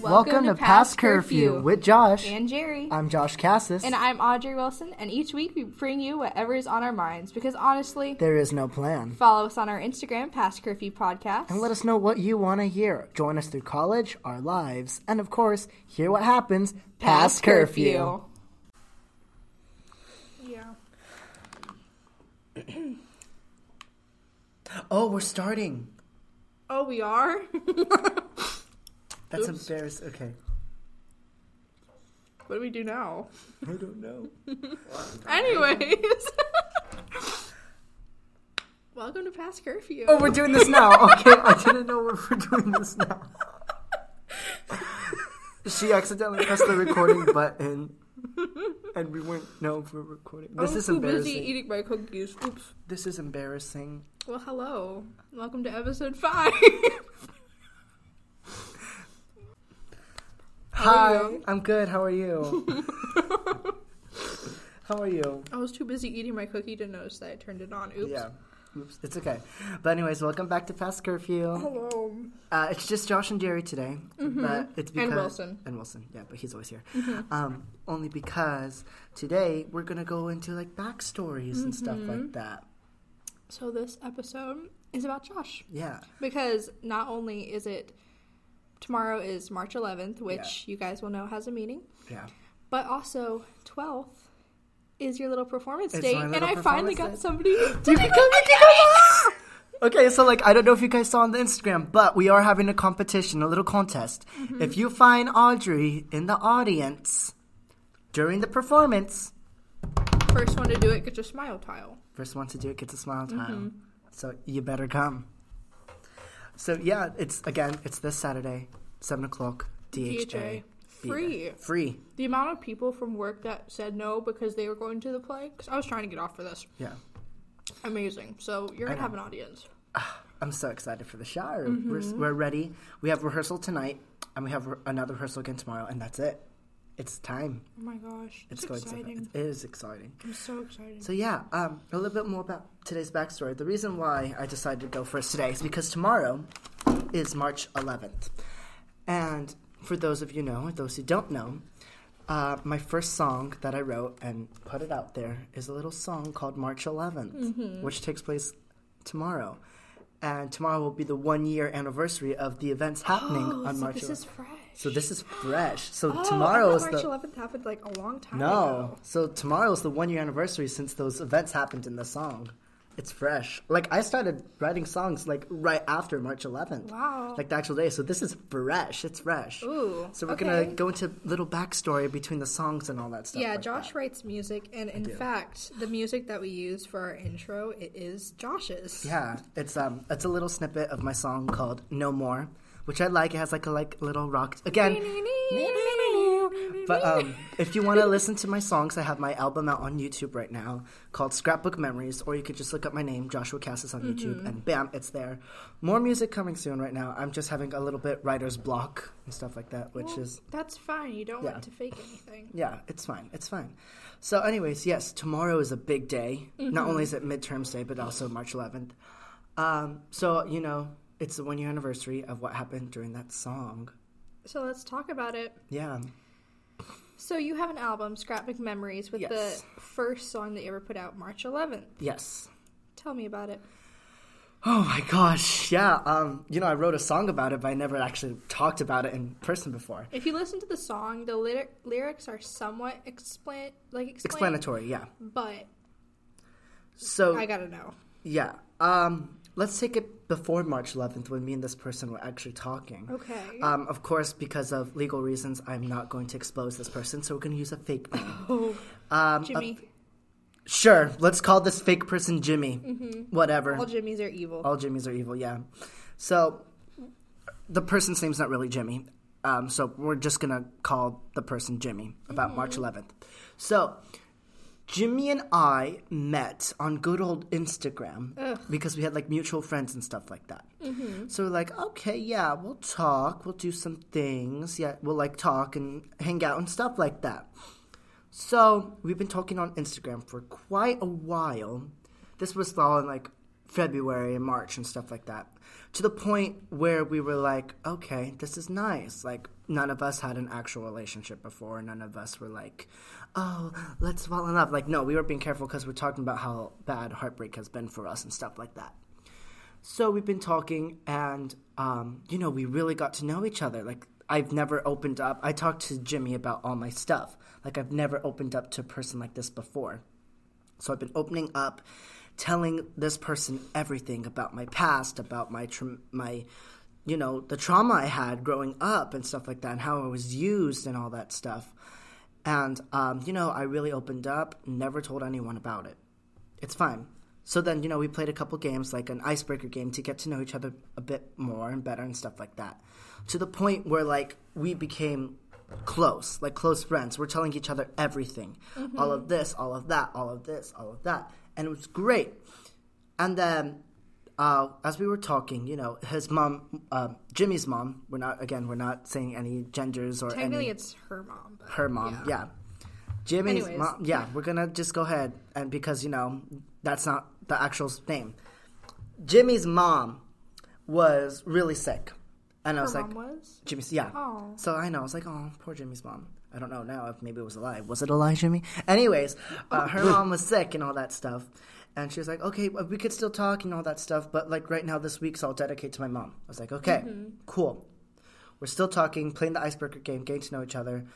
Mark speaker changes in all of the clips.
Speaker 1: Welcome, to, Past Curfew, with Josh.
Speaker 2: and Jerry.
Speaker 1: I'm Josh Cassis.
Speaker 2: and I'm Audrey Wilson, and each week we bring you whatever is on our minds because honestly,
Speaker 1: there is no plan.
Speaker 2: follow us on our Instagram, Past Curfew Podcast.
Speaker 1: And let us know what you want to hear. Join us through college, our lives, and of course, hear what happens past, curfew.
Speaker 2: Yeah.
Speaker 1: Oh, we're starting.
Speaker 2: Oh, we are?
Speaker 1: That's embarrassing. Okay.
Speaker 2: what do we do now?
Speaker 1: I don't know.
Speaker 2: Anyways. Welcome to Past Curfew.
Speaker 1: Oh, we're doing this now. Okay, I didn't know we were doing this now. she accidentally pressed the recording button, and we weren't. No, we're recording. This
Speaker 2: I was
Speaker 1: is
Speaker 2: too busy
Speaker 1: embarrassing.
Speaker 2: eating my cookies. Oops.
Speaker 1: This is embarrassing.
Speaker 2: Well, hello. Welcome to episode five.
Speaker 1: Hi,
Speaker 2: are you?
Speaker 1: I'm good. How are you? how are you?
Speaker 2: I was too busy eating my cookie to notice that I turned it on. Oops.
Speaker 1: Yeah. Oops. It's okay. But anyways, welcome back to Past Curfew.
Speaker 2: Hello.
Speaker 1: Uh, it's just Josh and Jerry today, but it's because
Speaker 2: Mm-hmm. And Wilson. Mm-hmm.
Speaker 1: and Wilson, yeah, but he's always here. Um, only because today we're gonna go into like backstories and stuff
Speaker 2: Mm-hmm.
Speaker 1: like that.
Speaker 2: So this episode is about Josh
Speaker 1: Yeah,
Speaker 2: because not only is it tomorrow is March 11th, which you guys will know has a meaning,
Speaker 1: yeah.
Speaker 2: but also 12th is your little performance
Speaker 1: It's
Speaker 2: date,
Speaker 1: my
Speaker 2: and
Speaker 1: little
Speaker 2: I finally got
Speaker 1: performance
Speaker 2: somebody to
Speaker 1: You
Speaker 2: do
Speaker 1: can
Speaker 2: it.
Speaker 1: come and get us! Okay, so like I don't know if you guys saw on the Instagram, but we are having a competition, a little contest. If you find Audrey in the audience during the performance,
Speaker 2: First one to do it gets a smile tile.
Speaker 1: first one to do it gets a smile time. So you better come. So yeah, it's again, it's this Saturday, seven o'clock. DHA,
Speaker 2: DHA.
Speaker 1: Be
Speaker 2: Free.
Speaker 1: there. free.
Speaker 2: The amount of people from work that said no because they were going to the play, because I was trying to get off for this.
Speaker 1: Yeah,
Speaker 2: Amazing. So you're going to have an audience.
Speaker 1: I'm so excited for the show. We're, s- we're ready. We have rehearsal tonight, and we have re- another rehearsal again tomorrow, and that's it. It's time.
Speaker 2: Oh my gosh. It's,
Speaker 1: It's going
Speaker 2: exciting.
Speaker 1: so fast. It is exciting.
Speaker 2: I'm so excited.
Speaker 1: So yeah, um, a little bit more about today's backstory. The reason why I decided to go first today is because tomorrow is March 11th, and for those of you know, and those who don't know, uh, my first song that I wrote and put it out there is a little song called March 11th,
Speaker 2: Mm-hmm.
Speaker 1: which takes place tomorrow, and tomorrow will be the one year anniversary of the events happening on
Speaker 2: Oh, so
Speaker 1: March
Speaker 2: this
Speaker 1: 11th.
Speaker 2: is fresh.
Speaker 1: so this is fresh. So
Speaker 2: Oh, I
Speaker 1: tomorrow
Speaker 2: thought
Speaker 1: is the
Speaker 2: March 11th happened like a long time
Speaker 1: no.
Speaker 2: ago.
Speaker 1: So tomorrow is the one year anniversary since those events happened in the song. It's fresh. Like I started writing songs like right after March 11th.
Speaker 2: Wow.
Speaker 1: Like the actual day. So this is fresh. It's fresh.
Speaker 2: Ooh,
Speaker 1: So we're
Speaker 2: okay.
Speaker 1: gonna go into little backstory between the songs and all that stuff.
Speaker 2: Yeah,
Speaker 1: like
Speaker 2: Josh
Speaker 1: that.
Speaker 2: writes music, and in fact, the music that we use for our intro it is Josh's.
Speaker 1: Yeah, it's um, it's a little snippet of my song called "No More," which I like. It has like a like little rock again. But um, if you want to listen to my songs, I have my album out on YouTube right now called Scrapbook Memories, or you could just look up my name, Joshua Cassis, on YouTube, and bam, it's there. More music coming soon. Right now, I'm just having a little bit writer's block and stuff like that, which is
Speaker 2: That's fine. You don't
Speaker 1: Yeah.
Speaker 2: want to fake anything.
Speaker 1: yeah, it's fine. It's fine. So, anyways, yes, tomorrow is a big day. Not only is it midterms day, but also March 11th. Um, so, you know, it's the one year anniversary of what happened during that song.
Speaker 2: So let's talk about it.
Speaker 1: Yeah.
Speaker 2: So you have an album, Scrapbook Memories, with
Speaker 1: Yes.
Speaker 2: the first song that you ever put out, March 11th.
Speaker 1: Yes.
Speaker 2: Tell me about it.
Speaker 1: Oh my gosh. Yeah. Um, you know, I wrote a song about it, but I never actually talked about it in person before.
Speaker 2: If you listen to the song, the lyri- lyrics are somewhat explain like explain,
Speaker 1: Explanatory, Oh. yeah.
Speaker 2: but
Speaker 1: So,
Speaker 2: I gotta know.
Speaker 1: yeah. Um, let's take it before March 11th when me and this person were actually talking.
Speaker 2: Okay.
Speaker 1: Um, of course, because of legal reasons, I'm not going to expose this person, so we're going to use a fake name. Um, uh,
Speaker 2: Jimmy,
Speaker 1: sure, let's call this fake person Jimmy.
Speaker 2: Mm-hmm.
Speaker 1: Whatever.
Speaker 2: all Jimmys are evil.
Speaker 1: All Jimmys are evil, yeah. So the person's name's not really Jimmy. Um, so we're just going to call the person Jimmy about March 11th. So Jimmy and I met on good old Instagram because we had like mutual friends and stuff like that. So we're like, okay, yeah, we'll talk, we'll do some things, yeah, we'll like talk and hang out and stuff like that. So we've been talking on Instagram for quite a while. This was all in like February and March and stuff like that. To the point where we were like, okay, this is nice. Like, none of us had an actual relationship before. None of us were like, oh, let's fall in love. Like, no, we were being careful because we're talking about how bad heartbreak has been for us and stuff like that. So we've been talking, and, um, you know, we really got to know each other. Like, I've never opened up. I talked to Jimmy about all my stuff. Like, I've never opened up to a person like this before. So I've been opening up, telling this person everything about my past, about my tra- my, you know, the trauma I had growing up and stuff like that, and how I was used and all that stuff. And um, you know, I really opened up, never told anyone about it. It's fine. So then, you know, we played a couple games, like an icebreaker game, to get to know each other a bit more and better and stuff like that. To the point where, like, we became close, like close friends. We're telling each other everything all of this, all of that, all of this, all of that. And it was great. And then, uh, as we were talking, you know, his mom, um Jimmy's mom, we're not, again, we're not saying any genders or
Speaker 2: Technically,
Speaker 1: any,
Speaker 2: it's her mom. But
Speaker 1: her mom, yeah. Jimmy's
Speaker 2: Anyways.
Speaker 1: mom, yeah, we're gonna just go ahead and because, you know, that's not the actual name. Jimmy's mom was really sick. And I
Speaker 2: her
Speaker 1: was like,
Speaker 2: mom was.
Speaker 1: Jimmy's, yeah.
Speaker 2: Aw.
Speaker 1: So I know. I was like, oh, poor Jimmy's mom. I don't know now if maybe it was a lie. Was it a lie, Jimmy? Anyways, uh, her mom was sick and all that stuff. And she was like, okay, well, we could still talk and all that stuff, but like right now this week's I'll dedicate to my mom. I was like, okay, cool. We're still talking, playing the icebreaker game, getting to know each other.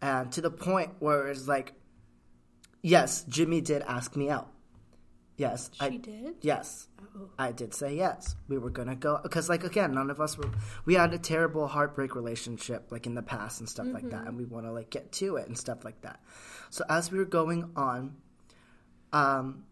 Speaker 1: And to the point where it's like, yes, Jimmy did ask me out. Yes,
Speaker 2: She did.
Speaker 1: Yes. I did say yes. We were going to go. Because, like, again, none of us were. We had a terrible heartbreak relationship, like, in the past and stuff like that. And we want to, like, get to it and stuff like that. So, as we were going on, um,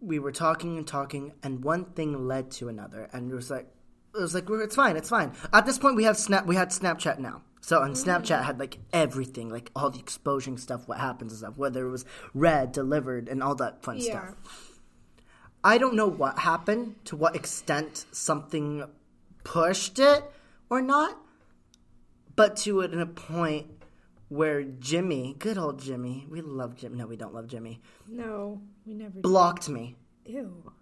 Speaker 1: we were talking and talking, and one thing led to another. And it was like, it was like, we're, it's fine, it's fine. At this point, we have snap, we had Snapchat now. So and Snapchat had like everything, like all the exposing stuff, what happens and stuff, whether it was read, delivered, and all that fun
Speaker 2: Yeah.
Speaker 1: stuff. I don't know what happened, to what extent something pushed it or not, but to it in a point where Jimmy, good old Jimmy, we love Jimmy. No, we don't love Jimmy.
Speaker 2: No, we never. Did.
Speaker 1: Blocked me
Speaker 2: Ew.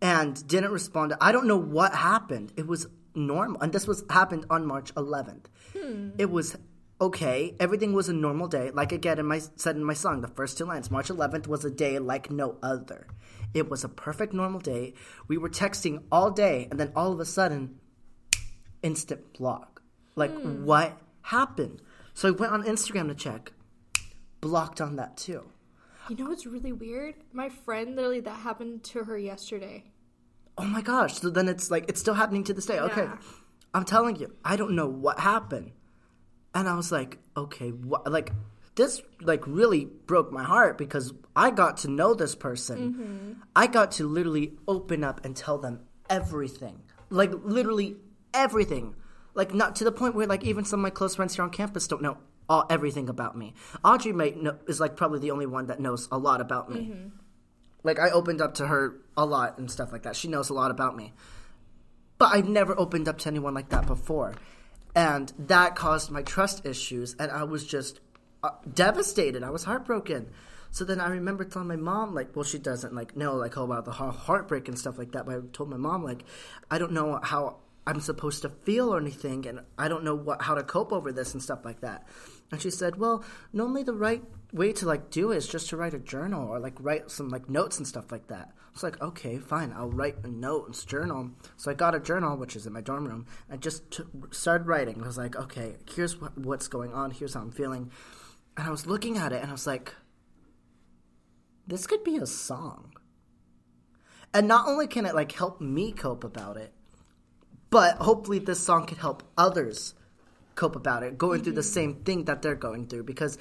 Speaker 1: and didn't respond. I don't know what happened. It was normal, and this was happened on March 11th. It was okay. Everything was a normal day, like again in my said in my song, the first two lines. March 11th was a day like no other. It was a perfect normal day. We were texting all day, and then all of a sudden, instant block. Like what happened? So I went on Instagram to check. Blocked on that too.
Speaker 2: You know what's really weird? My friend literally that happened to her yesterday.
Speaker 1: oh my gosh so then it's like it's still happening to this day okay
Speaker 2: Yeah.
Speaker 1: i'm telling you i don't know what happened and i was like okay what like this like really broke my heart because i got to know this person i got to literally open up and tell them everything like literally everything like not to the point where like even some of my close friends here on campus don't know all everything about me audrey may know, is like probably the only one that knows a lot about me like I opened up to her a lot and stuff like that. She knows a lot about me. But I've never opened up to anyone like that before. And that caused my trust issues and I was just uh, devastated. I was heartbroken. So then I remember telling my mom like, well she doesn't like know like oh about the heart- heartbreak and stuff like that. But I told my mom like I don't know how I'm supposed to feel or anything and I don't know what how to cope over this and stuff like that. And she said, "Well, normally the right way to like do it is just to write a journal or like write some like notes and stuff like that." I was like, "Okay, fine. I'll write a note and journal." So I got a journal, which is in my dorm room. I just t- started writing. I was like, "Okay, here's wh- what's going on. Here's how I'm feeling." And I was looking at it, and I was like, "This could be a song." And not only can it like help me cope about it, but hopefully this song can help others cope about it going through the same thing that they're going through because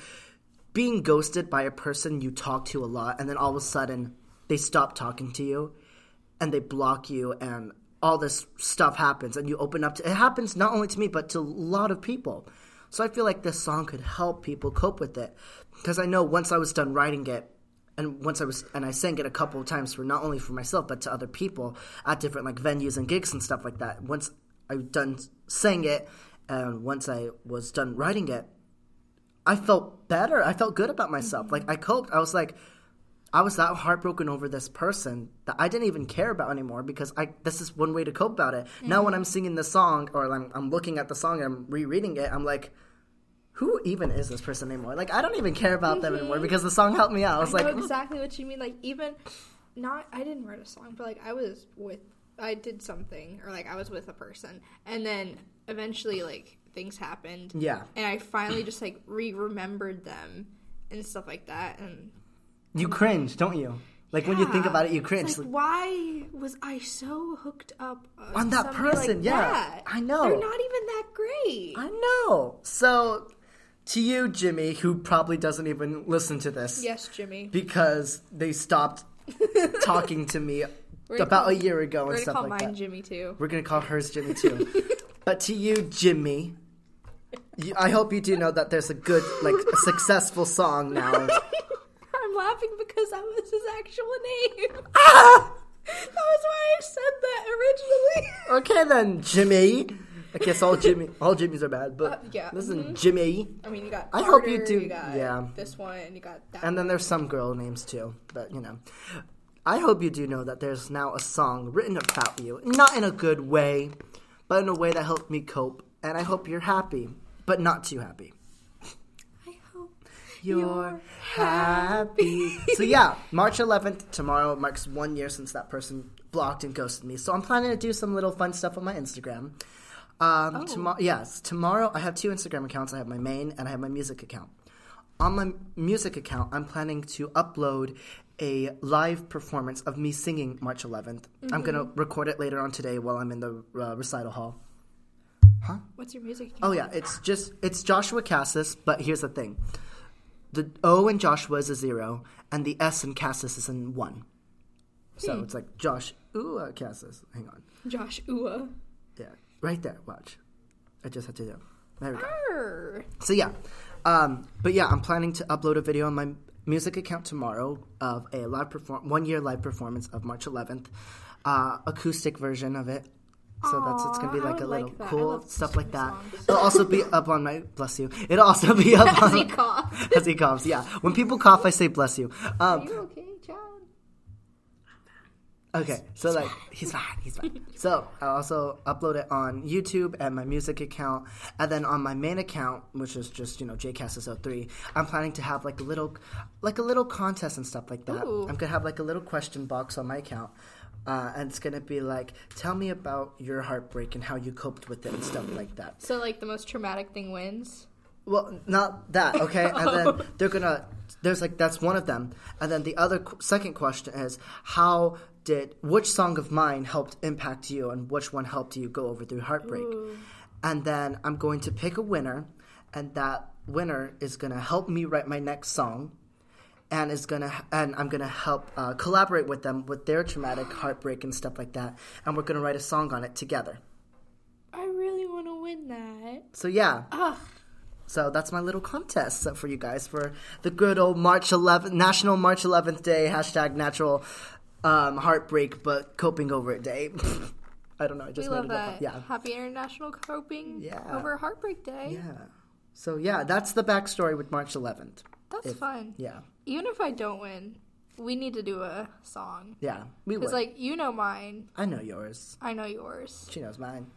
Speaker 1: being ghosted by a person you talk to a lot and then all of a sudden they stop talking to you and they block you and all this stuff happens and you open up to it happens not only to me but to a lot of people so i feel like this song could help people cope with it because i know once i was done writing it and once I was and I sang it a couple of times for not only for myself but to other people at different like venues and gigs and stuff like that. Once I done sang it and once I was done writing it, I felt better. I felt good about myself. Like I coped. I was like, I was that heartbroken over this person that I didn't even care about anymore because I this is one way to cope about it. Now when I'm singing the song or I'm, I'm looking at the song and I'm rereading it, I'm like, who even is this person anymore? Like I don't even care about them anymore because the song helped me out. I was
Speaker 2: I
Speaker 1: like,
Speaker 2: know exactly what you mean. Like even not I didn't write a song, but like I was with I did something or like I was with a person and then eventually like things happened.
Speaker 1: yeah,
Speaker 2: And I finally just like re remembered them and stuff like that and
Speaker 1: you cringe, don't you? Like when you think
Speaker 2: Yeah.
Speaker 1: about it, you cringe.
Speaker 2: It's like, why was I so hooked up
Speaker 1: On that
Speaker 2: somebody like
Speaker 1: person, yeah.
Speaker 2: that?
Speaker 1: I know.
Speaker 2: They're not even that great.
Speaker 1: I know. So, to you, Jimmy, who probably doesn't even listen to this
Speaker 2: yes, Jimmy.
Speaker 1: because they stopped talking to me
Speaker 2: gonna
Speaker 1: about
Speaker 2: call-
Speaker 1: a year ago
Speaker 2: We're
Speaker 1: and
Speaker 2: gonna
Speaker 1: stuff
Speaker 2: call
Speaker 1: like
Speaker 2: mine
Speaker 1: that.
Speaker 2: Jimmy too.
Speaker 1: We're going to call hers Jimmy too. but to you, Jimmy, you, I hope you do know that there's a good, like, a successful song now.
Speaker 2: I'm laughing because that was his actual name. That was why I said that originally.
Speaker 1: okay then, Jimmy. I guess all Jimmy, all Jimmys are bad, but
Speaker 2: Uh, yeah.
Speaker 1: listen, Jimmy.
Speaker 2: I mean, you got.
Speaker 1: I hope you
Speaker 2: Carter,
Speaker 1: do-
Speaker 2: You got
Speaker 1: yeah.
Speaker 2: This one, you got that.
Speaker 1: And then
Speaker 2: one.
Speaker 1: there's some girl names too, but you know. I hope you do know that there's now a song written about you, not in a good way, but in a way that helped me cope. And I hope you're happy, but not too happy.
Speaker 2: I hope.
Speaker 1: You're,
Speaker 2: You're
Speaker 1: happy. so yeah, March 11th tomorrow marks one year since that person blocked and ghosted me. So I'm planning to do some little fun stuff on my Instagram. Um, tomorrow, yes, tomorrow I have two Instagram accounts. I have my main and I have my music account. On my music account, I'm planning to upload a live performance of me singing March 11th. I'm gonna record it later on today while I'm in the uh, recital hall.
Speaker 2: What's your music?
Speaker 1: Oh yeah, it's just it's Joshua Cassis, but here's the thing. The O in Joshua is a zero, and the S in Cassis is in one. So it's like Josh ooh uh, Cassis. Hang on.
Speaker 2: Josh Ua.
Speaker 1: Yeah. Right there, watch. I just had to do. There we go.
Speaker 2: Arr.
Speaker 1: So yeah. Um, but yeah, I'm planning to upload a video on my music account tomorrow of a live perform one year live performance of March eleventh. Uh, acoustic version of it. So that's it's gonna be
Speaker 2: Aw, I
Speaker 1: like a
Speaker 2: would like
Speaker 1: little
Speaker 2: that. I
Speaker 1: cool
Speaker 2: love
Speaker 1: stuff like that.
Speaker 2: Christmas songs.
Speaker 1: It'll also be up on my bless you. It'll also be up
Speaker 2: As
Speaker 1: on
Speaker 2: he coughed.
Speaker 1: as he coughs. Yeah, when people cough, I say bless you. Um,
Speaker 2: Are you okay, John?
Speaker 1: Okay, so like he's fine, he's fine. so I also upload it on YouTube and my music account, and then on my main account, which is just you know jcasss03. I'm planning to have like a little, like a little contest and stuff like that.
Speaker 2: Ooh.
Speaker 1: I'm gonna have like a little question box on my account, uh, and it's gonna be like, tell me about your heartbreak and how you coped with it and stuff like that.
Speaker 2: So like the most traumatic thing wins.
Speaker 1: Well, not that, okay? And then they're gonna, there's like, that's one of them. And then the other, qu- second question is, how did, which song of mine helped impact you and which one helped you go over through heartbreak? And then I'm going to pick a winner, and that winner is gonna help me write my next song. And is gonna and I'm gonna help uh, collaborate with them with their traumatic heartbreak and stuff like that, and we're gonna write a song on it together.
Speaker 2: I really want to win that.
Speaker 1: So yeah,
Speaker 2: Ugh.
Speaker 1: So that's my little contest so for you guys for the good old March 11th, National March 11th Day, hashtag natural um, heartbreak, but coping over it day. I don't know. I
Speaker 2: We
Speaker 1: just made
Speaker 2: love
Speaker 1: it up.
Speaker 2: that.
Speaker 1: Yeah.
Speaker 2: Happy International Coping
Speaker 1: Yeah.
Speaker 2: over Heartbreak Day.
Speaker 1: Yeah. So yeah, that's the backstory with March 11th.
Speaker 2: That's fun.
Speaker 1: Yeah.
Speaker 2: Even if I don't win, we need to do a song.
Speaker 1: Yeah. We would.
Speaker 2: Because like you know mine,
Speaker 1: I know yours.
Speaker 2: I know yours.
Speaker 1: She knows mine.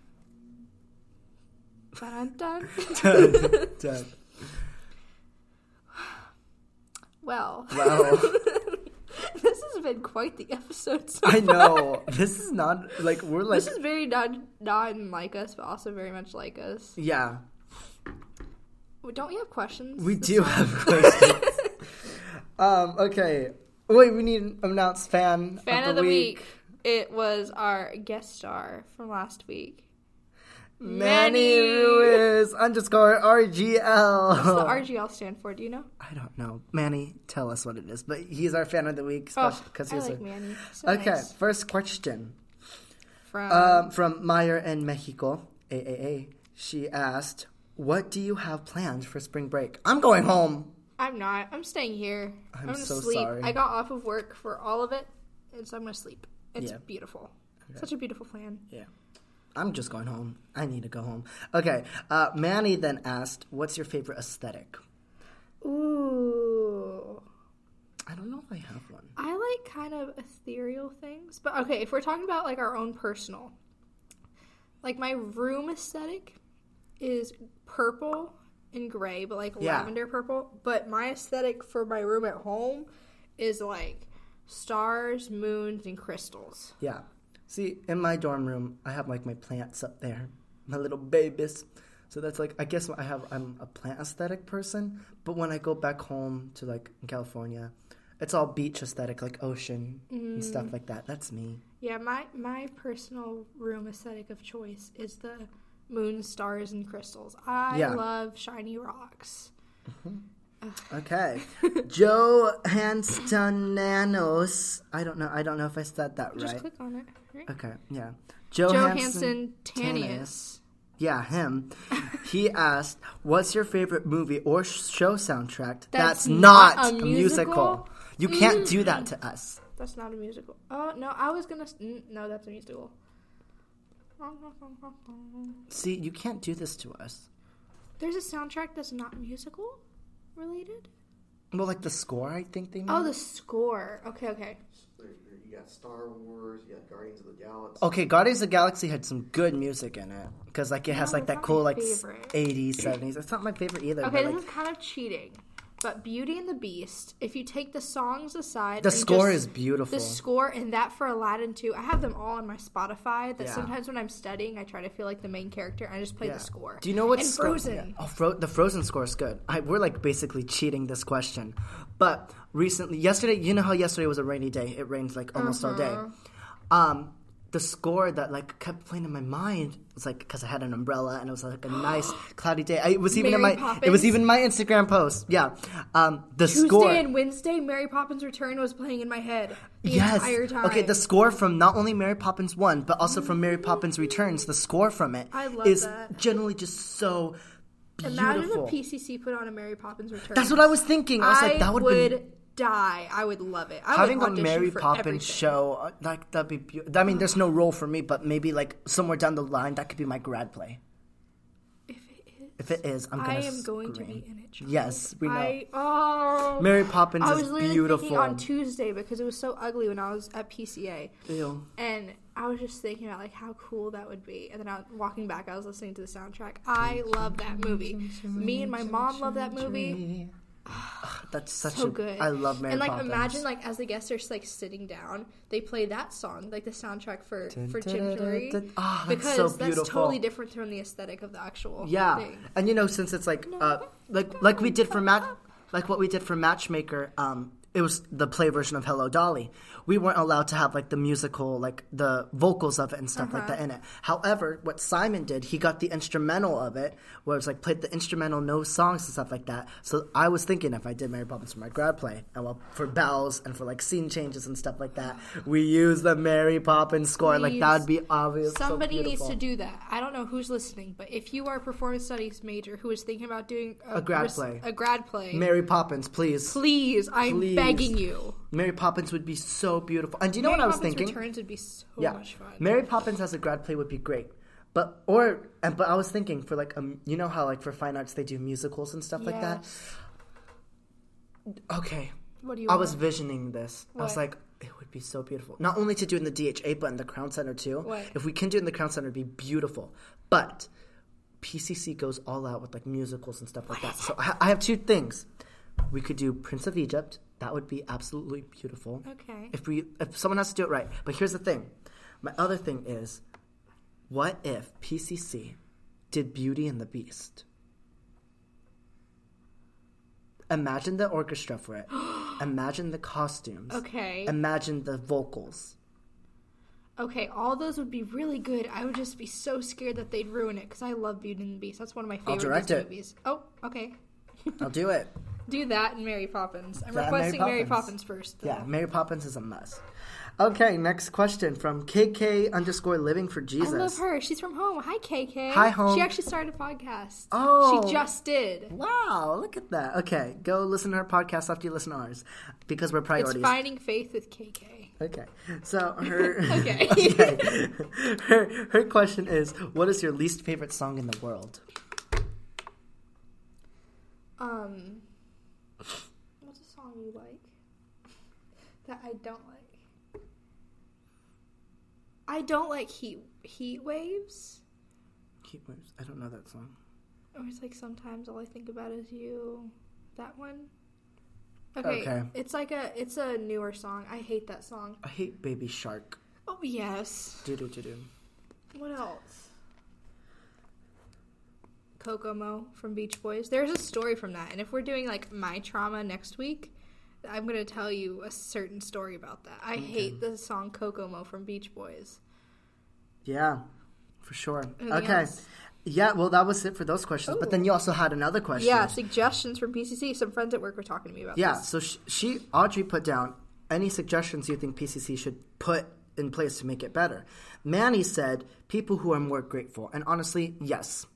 Speaker 2: Dun, dun.
Speaker 1: Done.
Speaker 2: well,
Speaker 1: Wow.
Speaker 2: this has been quite the episode. So
Speaker 1: I
Speaker 2: far.
Speaker 1: know. This is not like we're like
Speaker 2: This is very non non like us, but also very much like us.
Speaker 1: yeah.
Speaker 2: Well, Don't we have questions?
Speaker 1: We do have questions. um, okay. Wait, we need an announced fan,
Speaker 2: Fan
Speaker 1: of the, week.
Speaker 2: It was our guest star from last week.
Speaker 1: Manny Ruiz underscore
Speaker 2: What
Speaker 1: RGL.
Speaker 2: does the RGL stand for? Do you know?
Speaker 1: I don't know. Manny, tell us what it is. But he's our fan of the week.
Speaker 2: Oh,
Speaker 1: Because
Speaker 2: I
Speaker 1: he's
Speaker 2: like
Speaker 1: a-
Speaker 2: Manny. So
Speaker 1: Okay,
Speaker 2: nice.
Speaker 1: first question
Speaker 2: From
Speaker 1: um, from Meyer in Mexico, AAA. She asked, What do you have planned for spring break? I'm going home.
Speaker 2: I'm not. I'm staying here. I'm, gonna
Speaker 1: so
Speaker 2: sleep.
Speaker 1: sorry.
Speaker 2: I got off of work for all of it, and so I'm gonna sleep. It's
Speaker 1: Yeah.
Speaker 2: beautiful. Such a beautiful plan.
Speaker 1: Yeah. I'm just going home. I need to go home. Okay, uh, Manny then asked, What's your favorite aesthetic?
Speaker 2: Ooh.
Speaker 1: I don't know if I have one.
Speaker 2: like kind of ethereal things, but okay, if we're talking about like our own personal, like my room aesthetic is purple and gray, but like
Speaker 1: Yeah.
Speaker 2: lavender purple. But my aesthetic for my room at home is like stars, moons, and crystals.
Speaker 1: Yeah. See, in my dorm room, I have like my plants up there, my little babies. So that's like, I guess I have, I'm a plant aesthetic person. But when I go back home to like in California, it's all beach aesthetic, like ocean and stuff like that. That's me.
Speaker 2: Yeah, my my personal room aesthetic of choice is the moon, stars, and crystals. I
Speaker 1: Yeah.
Speaker 2: love shiny rocks.
Speaker 1: Okay. Joe Hanstananos. I don't know. I don't know if I said that
Speaker 2: Just
Speaker 1: right.
Speaker 2: click on it. Right?
Speaker 1: Okay. Yeah. Joe
Speaker 2: Johansson
Speaker 1: Tanius.
Speaker 2: Tanius.
Speaker 1: Yeah, him. he asked, "What's your favorite movie or sh- show soundtrack that's, not,
Speaker 2: not
Speaker 1: a
Speaker 2: a musical? Mm.
Speaker 1: musical? You can't do that to us."
Speaker 2: That's not a musical. Oh no, I was gonna. s- n- No, that's a musical.
Speaker 1: See, you can't do this to us.
Speaker 2: There's a soundtrack that's not musical related.
Speaker 1: Well, like the score, I think they. Mean.
Speaker 2: Oh, the score. Okay, okay.
Speaker 3: There's, there- you got Star Wars, you got Guardians of the Galaxy.
Speaker 1: okay, Guardians of the Galaxy had some good music in it because like it has
Speaker 2: No,
Speaker 1: like
Speaker 2: it's
Speaker 1: that
Speaker 2: not
Speaker 1: cool
Speaker 2: my
Speaker 1: like s-
Speaker 2: favorite.
Speaker 1: 80s, 70s. It's not my favorite either.
Speaker 2: Okay,
Speaker 1: but,
Speaker 2: this is
Speaker 1: like,
Speaker 2: kind of cheating. But Beauty and the Beast, if you take the songs aside,
Speaker 1: the
Speaker 2: and
Speaker 1: score
Speaker 2: just-
Speaker 1: is beautiful.
Speaker 2: the score and that for Aladdin too. I have them all on my Spotify. That
Speaker 1: Yeah.
Speaker 2: sometimes when I'm studying, I try to feel like the main character. And I just play
Speaker 1: Yeah.
Speaker 2: the score.
Speaker 1: Do you know what's
Speaker 2: and
Speaker 1: sco-
Speaker 2: Frozen?
Speaker 1: yeah. Oh, Fro- the Frozen score is good. I, we're like basically cheating this question. But recently, yesterday, you know how yesterday was a rainy day. It rained like almost all
Speaker 2: Uh-huh.
Speaker 1: day. Um, the score that like kept playing in my mind was like because I had an umbrella and it was like a nice cloudy day. I, it was even
Speaker 2: Mary
Speaker 1: in my it was
Speaker 2: Poppins?
Speaker 1: even my Instagram post. Yeah, um, the
Speaker 2: Tuesday
Speaker 1: score.
Speaker 2: and Wednesday, Mary Poppins Return was playing in my head the
Speaker 1: yes.
Speaker 2: entire time.
Speaker 1: Okay, the score from not only Mary Poppins 1, but also from Mary Poppins Returns, the score from it is
Speaker 2: I love that.
Speaker 1: generally just so beautiful.
Speaker 2: Imagine if PCC put on a Mary Poppins Return.
Speaker 1: That's what I was thinking. I was like, that would, be
Speaker 2: die. I would love it. I
Speaker 1: having
Speaker 2: would
Speaker 1: a
Speaker 2: audition
Speaker 1: Mary
Speaker 2: for
Speaker 1: Poppins
Speaker 2: everything.
Speaker 1: show. uh, Like that'd be. Be- I mean, there's no role for me, but maybe like somewhere down the line, that could be my grad play.
Speaker 2: If it is,
Speaker 1: If it is, I'm gonna.
Speaker 2: I am going to
Speaker 1: scream.
Speaker 2: be in it. child.
Speaker 1: Yes, we know.
Speaker 2: I oh.
Speaker 1: Mary Poppins
Speaker 2: I was
Speaker 1: is
Speaker 2: literally
Speaker 1: beautiful.
Speaker 2: thinking on Tuesday because it was so ugly when I was at PCA.
Speaker 1: Ew.
Speaker 2: And I was just thinking about like how cool that would be. And then I was walking back, I was listening to the soundtrack. I love that movie. Me and my mom love that movie.
Speaker 1: That's such
Speaker 2: So
Speaker 1: a
Speaker 2: good.
Speaker 1: I love Mary
Speaker 2: And like
Speaker 1: Poppins.
Speaker 2: imagine like as the guests are like sitting down, they play that song, like the soundtrack for for Jim Carrey.
Speaker 1: Ah, that's
Speaker 2: Because
Speaker 1: so beautiful.
Speaker 2: that's totally different from the aesthetic of the actual
Speaker 1: Yeah,
Speaker 2: thing.
Speaker 1: and you know, since it's like uh, like like we did for match, like what we did for Matchmaker, um, it was the play version of Hello Dolly. We weren't allowed to have like the musical, like the vocals of it and stuff like
Speaker 2: Uh-huh.
Speaker 1: that in it. However, what Simon did, he got the instrumental of it, where it's like played the instrumental, no songs and stuff like that. So I was thinking if I did Mary Poppins for my grad play, and well, for bells and for like scene changes and stuff like that, we use the Mary Poppins score. Like
Speaker 2: Please.
Speaker 1: that would be obvious. so
Speaker 2: Somebody needs
Speaker 1: beautiful.
Speaker 2: to do that. I don't know who's listening, but if you are a performance studies major who is thinking about doing a,
Speaker 1: A grad play.
Speaker 2: a grad play,
Speaker 1: Mary Poppins, please.
Speaker 2: please, I'm
Speaker 1: Please.
Speaker 2: begging you.
Speaker 1: Mary Poppins would be so beautiful. And do you know
Speaker 2: Mary
Speaker 1: what I was
Speaker 2: Poppins
Speaker 1: thinking?
Speaker 2: Returns would be so much fun.
Speaker 1: Mary Poppins as a grad play would be great. But or and but I was thinking for like um you know how like for fine arts they do musicals and stuff like that.
Speaker 2: Yes.
Speaker 1: Okay.
Speaker 2: What do you?
Speaker 1: I
Speaker 2: want?
Speaker 1: was visioning this. I
Speaker 2: What?
Speaker 1: was like it would be so beautiful. Not only to do in the DHA but in the Crown Center too.
Speaker 2: What?
Speaker 1: If we can do it in the Crown Center it'd be beautiful. But PCC goes all out with like musicals and stuff like that. So I, I have two things. We could do Prince of Egypt. That would be absolutely beautiful
Speaker 2: okay.
Speaker 1: if we if someone has to do it right. But here's the thing. My other thing is what if PCC did Beauty and the Beast? Imagine the orchestra for it. Imagine the costumes.
Speaker 2: Okay.
Speaker 1: Imagine the vocals.
Speaker 2: Okay. All those would be really good. I would just be so scared that they'd ruin it because I love Beauty and the Beast. That's one of my favorite
Speaker 1: direct
Speaker 2: Disney
Speaker 1: it.
Speaker 2: movies. Oh, okay.
Speaker 1: I'll do it.
Speaker 2: Do that and Mary Poppins. I'm
Speaker 1: That and Mary
Speaker 2: requesting Mary
Speaker 1: Poppins.
Speaker 2: Poppins, first. though.
Speaker 1: Yeah, Mary Poppins is a must. Okay, next question from KK underscore living for
Speaker 2: I love
Speaker 1: Jesus.
Speaker 2: her. She's from home. Hi, KK.
Speaker 1: Hi, home.
Speaker 2: She actually started a podcast.
Speaker 1: Oh.
Speaker 2: She just did.
Speaker 1: Wow, look at that. Okay, go listen to her podcast after you listen to ours because we're
Speaker 2: It's
Speaker 1: priorities.
Speaker 2: Finding Faith with KK.
Speaker 1: Okay. So her
Speaker 2: Okay.
Speaker 1: okay. Her her question is what is your least favorite song in the world?
Speaker 2: Um, what's a song you like? that I don't like. I don't like heat heat waves.
Speaker 1: Heat waves. I don't know that song.
Speaker 2: Or it's like sometimes all I think about is you. That one. Okay.
Speaker 1: Okay.
Speaker 2: It's like a it's a newer song. I hate that song.
Speaker 1: I hate Baby Shark.
Speaker 2: Oh yes.
Speaker 1: Doo doo doo doo.
Speaker 2: What else? Kokomo from Beach Boys. There's a story from that, and if we're doing like my trauma next week, I'm gonna tell you a certain story about that. I hate the song Kokomo from Beach Boys.
Speaker 1: Yeah, for sure.
Speaker 2: Anything
Speaker 1: okay.
Speaker 2: else?
Speaker 1: Yeah, well, that was it for those questions. But then you also had another question.
Speaker 2: Yeah, suggestions from PCC. Some friends at work were talking to me about
Speaker 1: Yeah,
Speaker 2: this.
Speaker 1: so she, she, Audrey put down any suggestions you think PCC should put in place to make it better. Manny said people who are more grateful. And honestly, yes.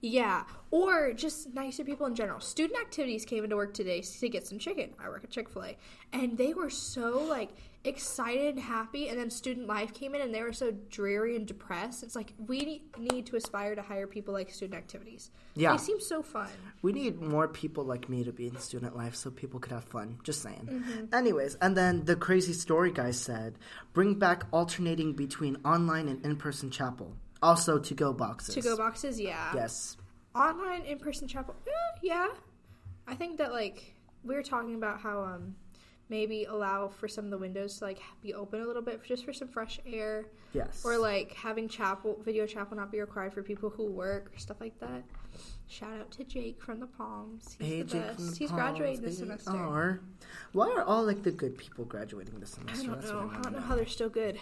Speaker 2: Yeah, or just nicer people in general. Student activities came into work today to get some chicken. I work at Chick Fil A, and they were so like excited and happy. And then student life came in, and they were so dreary and depressed. It's like we ne- need to aspire to hire people like student activities.
Speaker 1: Yeah.
Speaker 2: they seem so fun.
Speaker 1: We need more people like me to be in student life so people could have fun. Just saying.
Speaker 2: Mm-hmm.
Speaker 1: Anyways, and then the crazy story guy said bring back alternating between online and in person chapel. Also, to go boxes.
Speaker 2: To go boxes, yeah.
Speaker 1: Yes.
Speaker 2: Online in person chapel, eh, yeah. I think that like we were talking about how um maybe allow for some of the windows to like be open a little bit just for some fresh air.
Speaker 1: Yes.
Speaker 2: Or like having chapel video chapel not be required for people who work or stuff like that. Shout out to Jake from the Palms. He's
Speaker 1: Hey,
Speaker 2: the
Speaker 1: Jake
Speaker 2: best.
Speaker 1: from the
Speaker 2: He's graduating
Speaker 1: Palms, Oh,
Speaker 2: this
Speaker 1: they
Speaker 2: semester.
Speaker 1: are. Why are all like the good people graduating this semester?
Speaker 2: I don't
Speaker 1: That's what
Speaker 2: know. I
Speaker 1: wanna
Speaker 2: don't know how they're still good.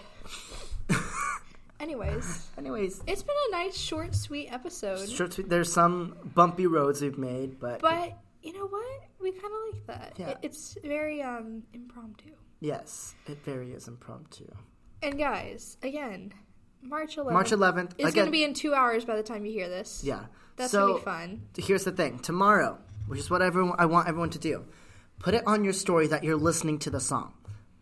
Speaker 2: Anyways,
Speaker 1: Anyways,
Speaker 2: it's been a nice short sweet episode.
Speaker 1: sure to- there's some bumpy roads we've made, but,
Speaker 2: But you know what? We kind of like that.
Speaker 1: Yeah.
Speaker 2: It, it's very um impromptu.
Speaker 1: yes, it very is impromptu.
Speaker 2: And guys, again, March 11th.
Speaker 1: March 11th.
Speaker 2: It's
Speaker 1: again,
Speaker 2: going to be in 2 hours by the time you hear this.
Speaker 1: yeah.
Speaker 2: That's
Speaker 1: so
Speaker 2: going to be fun.
Speaker 1: here's the thing. Tomorrow, which is what everyone I want everyone to do, put it on your story that you're listening to the song.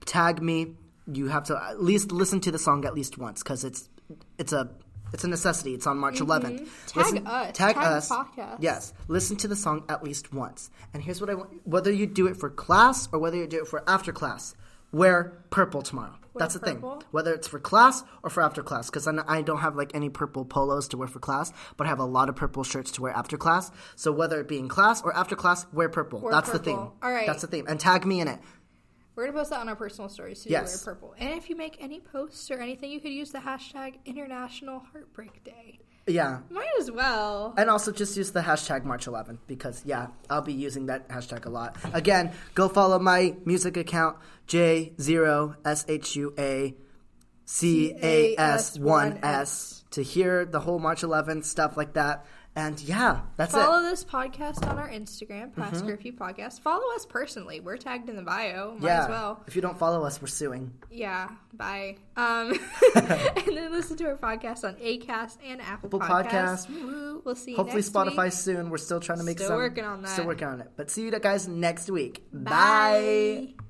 Speaker 1: Tag me. You have to at least listen to the song at least once because it's it's a it's a necessity. It's on March 11th.
Speaker 2: Mm-hmm. Tag us.
Speaker 1: Tag,
Speaker 2: Tag the
Speaker 1: us.
Speaker 2: podcast.
Speaker 1: Yes. Listen to the song at least once. And here's what I want: whether you do it for class or whether you do it for after class, wear purple tomorrow. That's the
Speaker 2: purple?
Speaker 1: thing. Whether it's for class or for after class, because I don't have like any purple polos to wear for class, but I have a lot of purple shirts to wear after class. So whether it be in class or after class, wear purple.
Speaker 2: Wear
Speaker 1: That's the
Speaker 2: purple.
Speaker 1: theme.
Speaker 2: All right.
Speaker 1: That's the theme. And tag me in it.
Speaker 2: We're gonna post that on our personal stories so
Speaker 1: Yes.
Speaker 2: you wear purple. And if you make any posts or anything, you could use the hashtag International Heartbreak Day.
Speaker 1: Yeah.
Speaker 2: Might as well.
Speaker 1: And also just use the hashtag March 11th because, yeah, I'll be using that hashtag a lot. Again, go follow my music account, J0SHUACAS1S, to hear the whole March 11th stuff like that. And yeah, that's
Speaker 2: Follow
Speaker 1: it. Mm-hmm.
Speaker 2: this podcast on our Instagram, Past Curfew Podcast. Follow us personally. We're tagged in the bio. Might
Speaker 1: Yeah.
Speaker 2: as well.
Speaker 1: If you don't follow us, we're suing.
Speaker 2: Yeah. Bye. Um, and then listen to our podcast on ACAST and Apple,
Speaker 1: Apple
Speaker 2: Podcasts.
Speaker 1: Podcasts.
Speaker 2: Woo. We'll see you
Speaker 1: Hopefully,
Speaker 2: next
Speaker 1: Spotify
Speaker 2: week.
Speaker 1: soon. We're still trying to make
Speaker 2: Still
Speaker 1: some.
Speaker 2: working on that.
Speaker 1: Still working on it. But see you guys next week.
Speaker 2: Bye.
Speaker 1: Bye.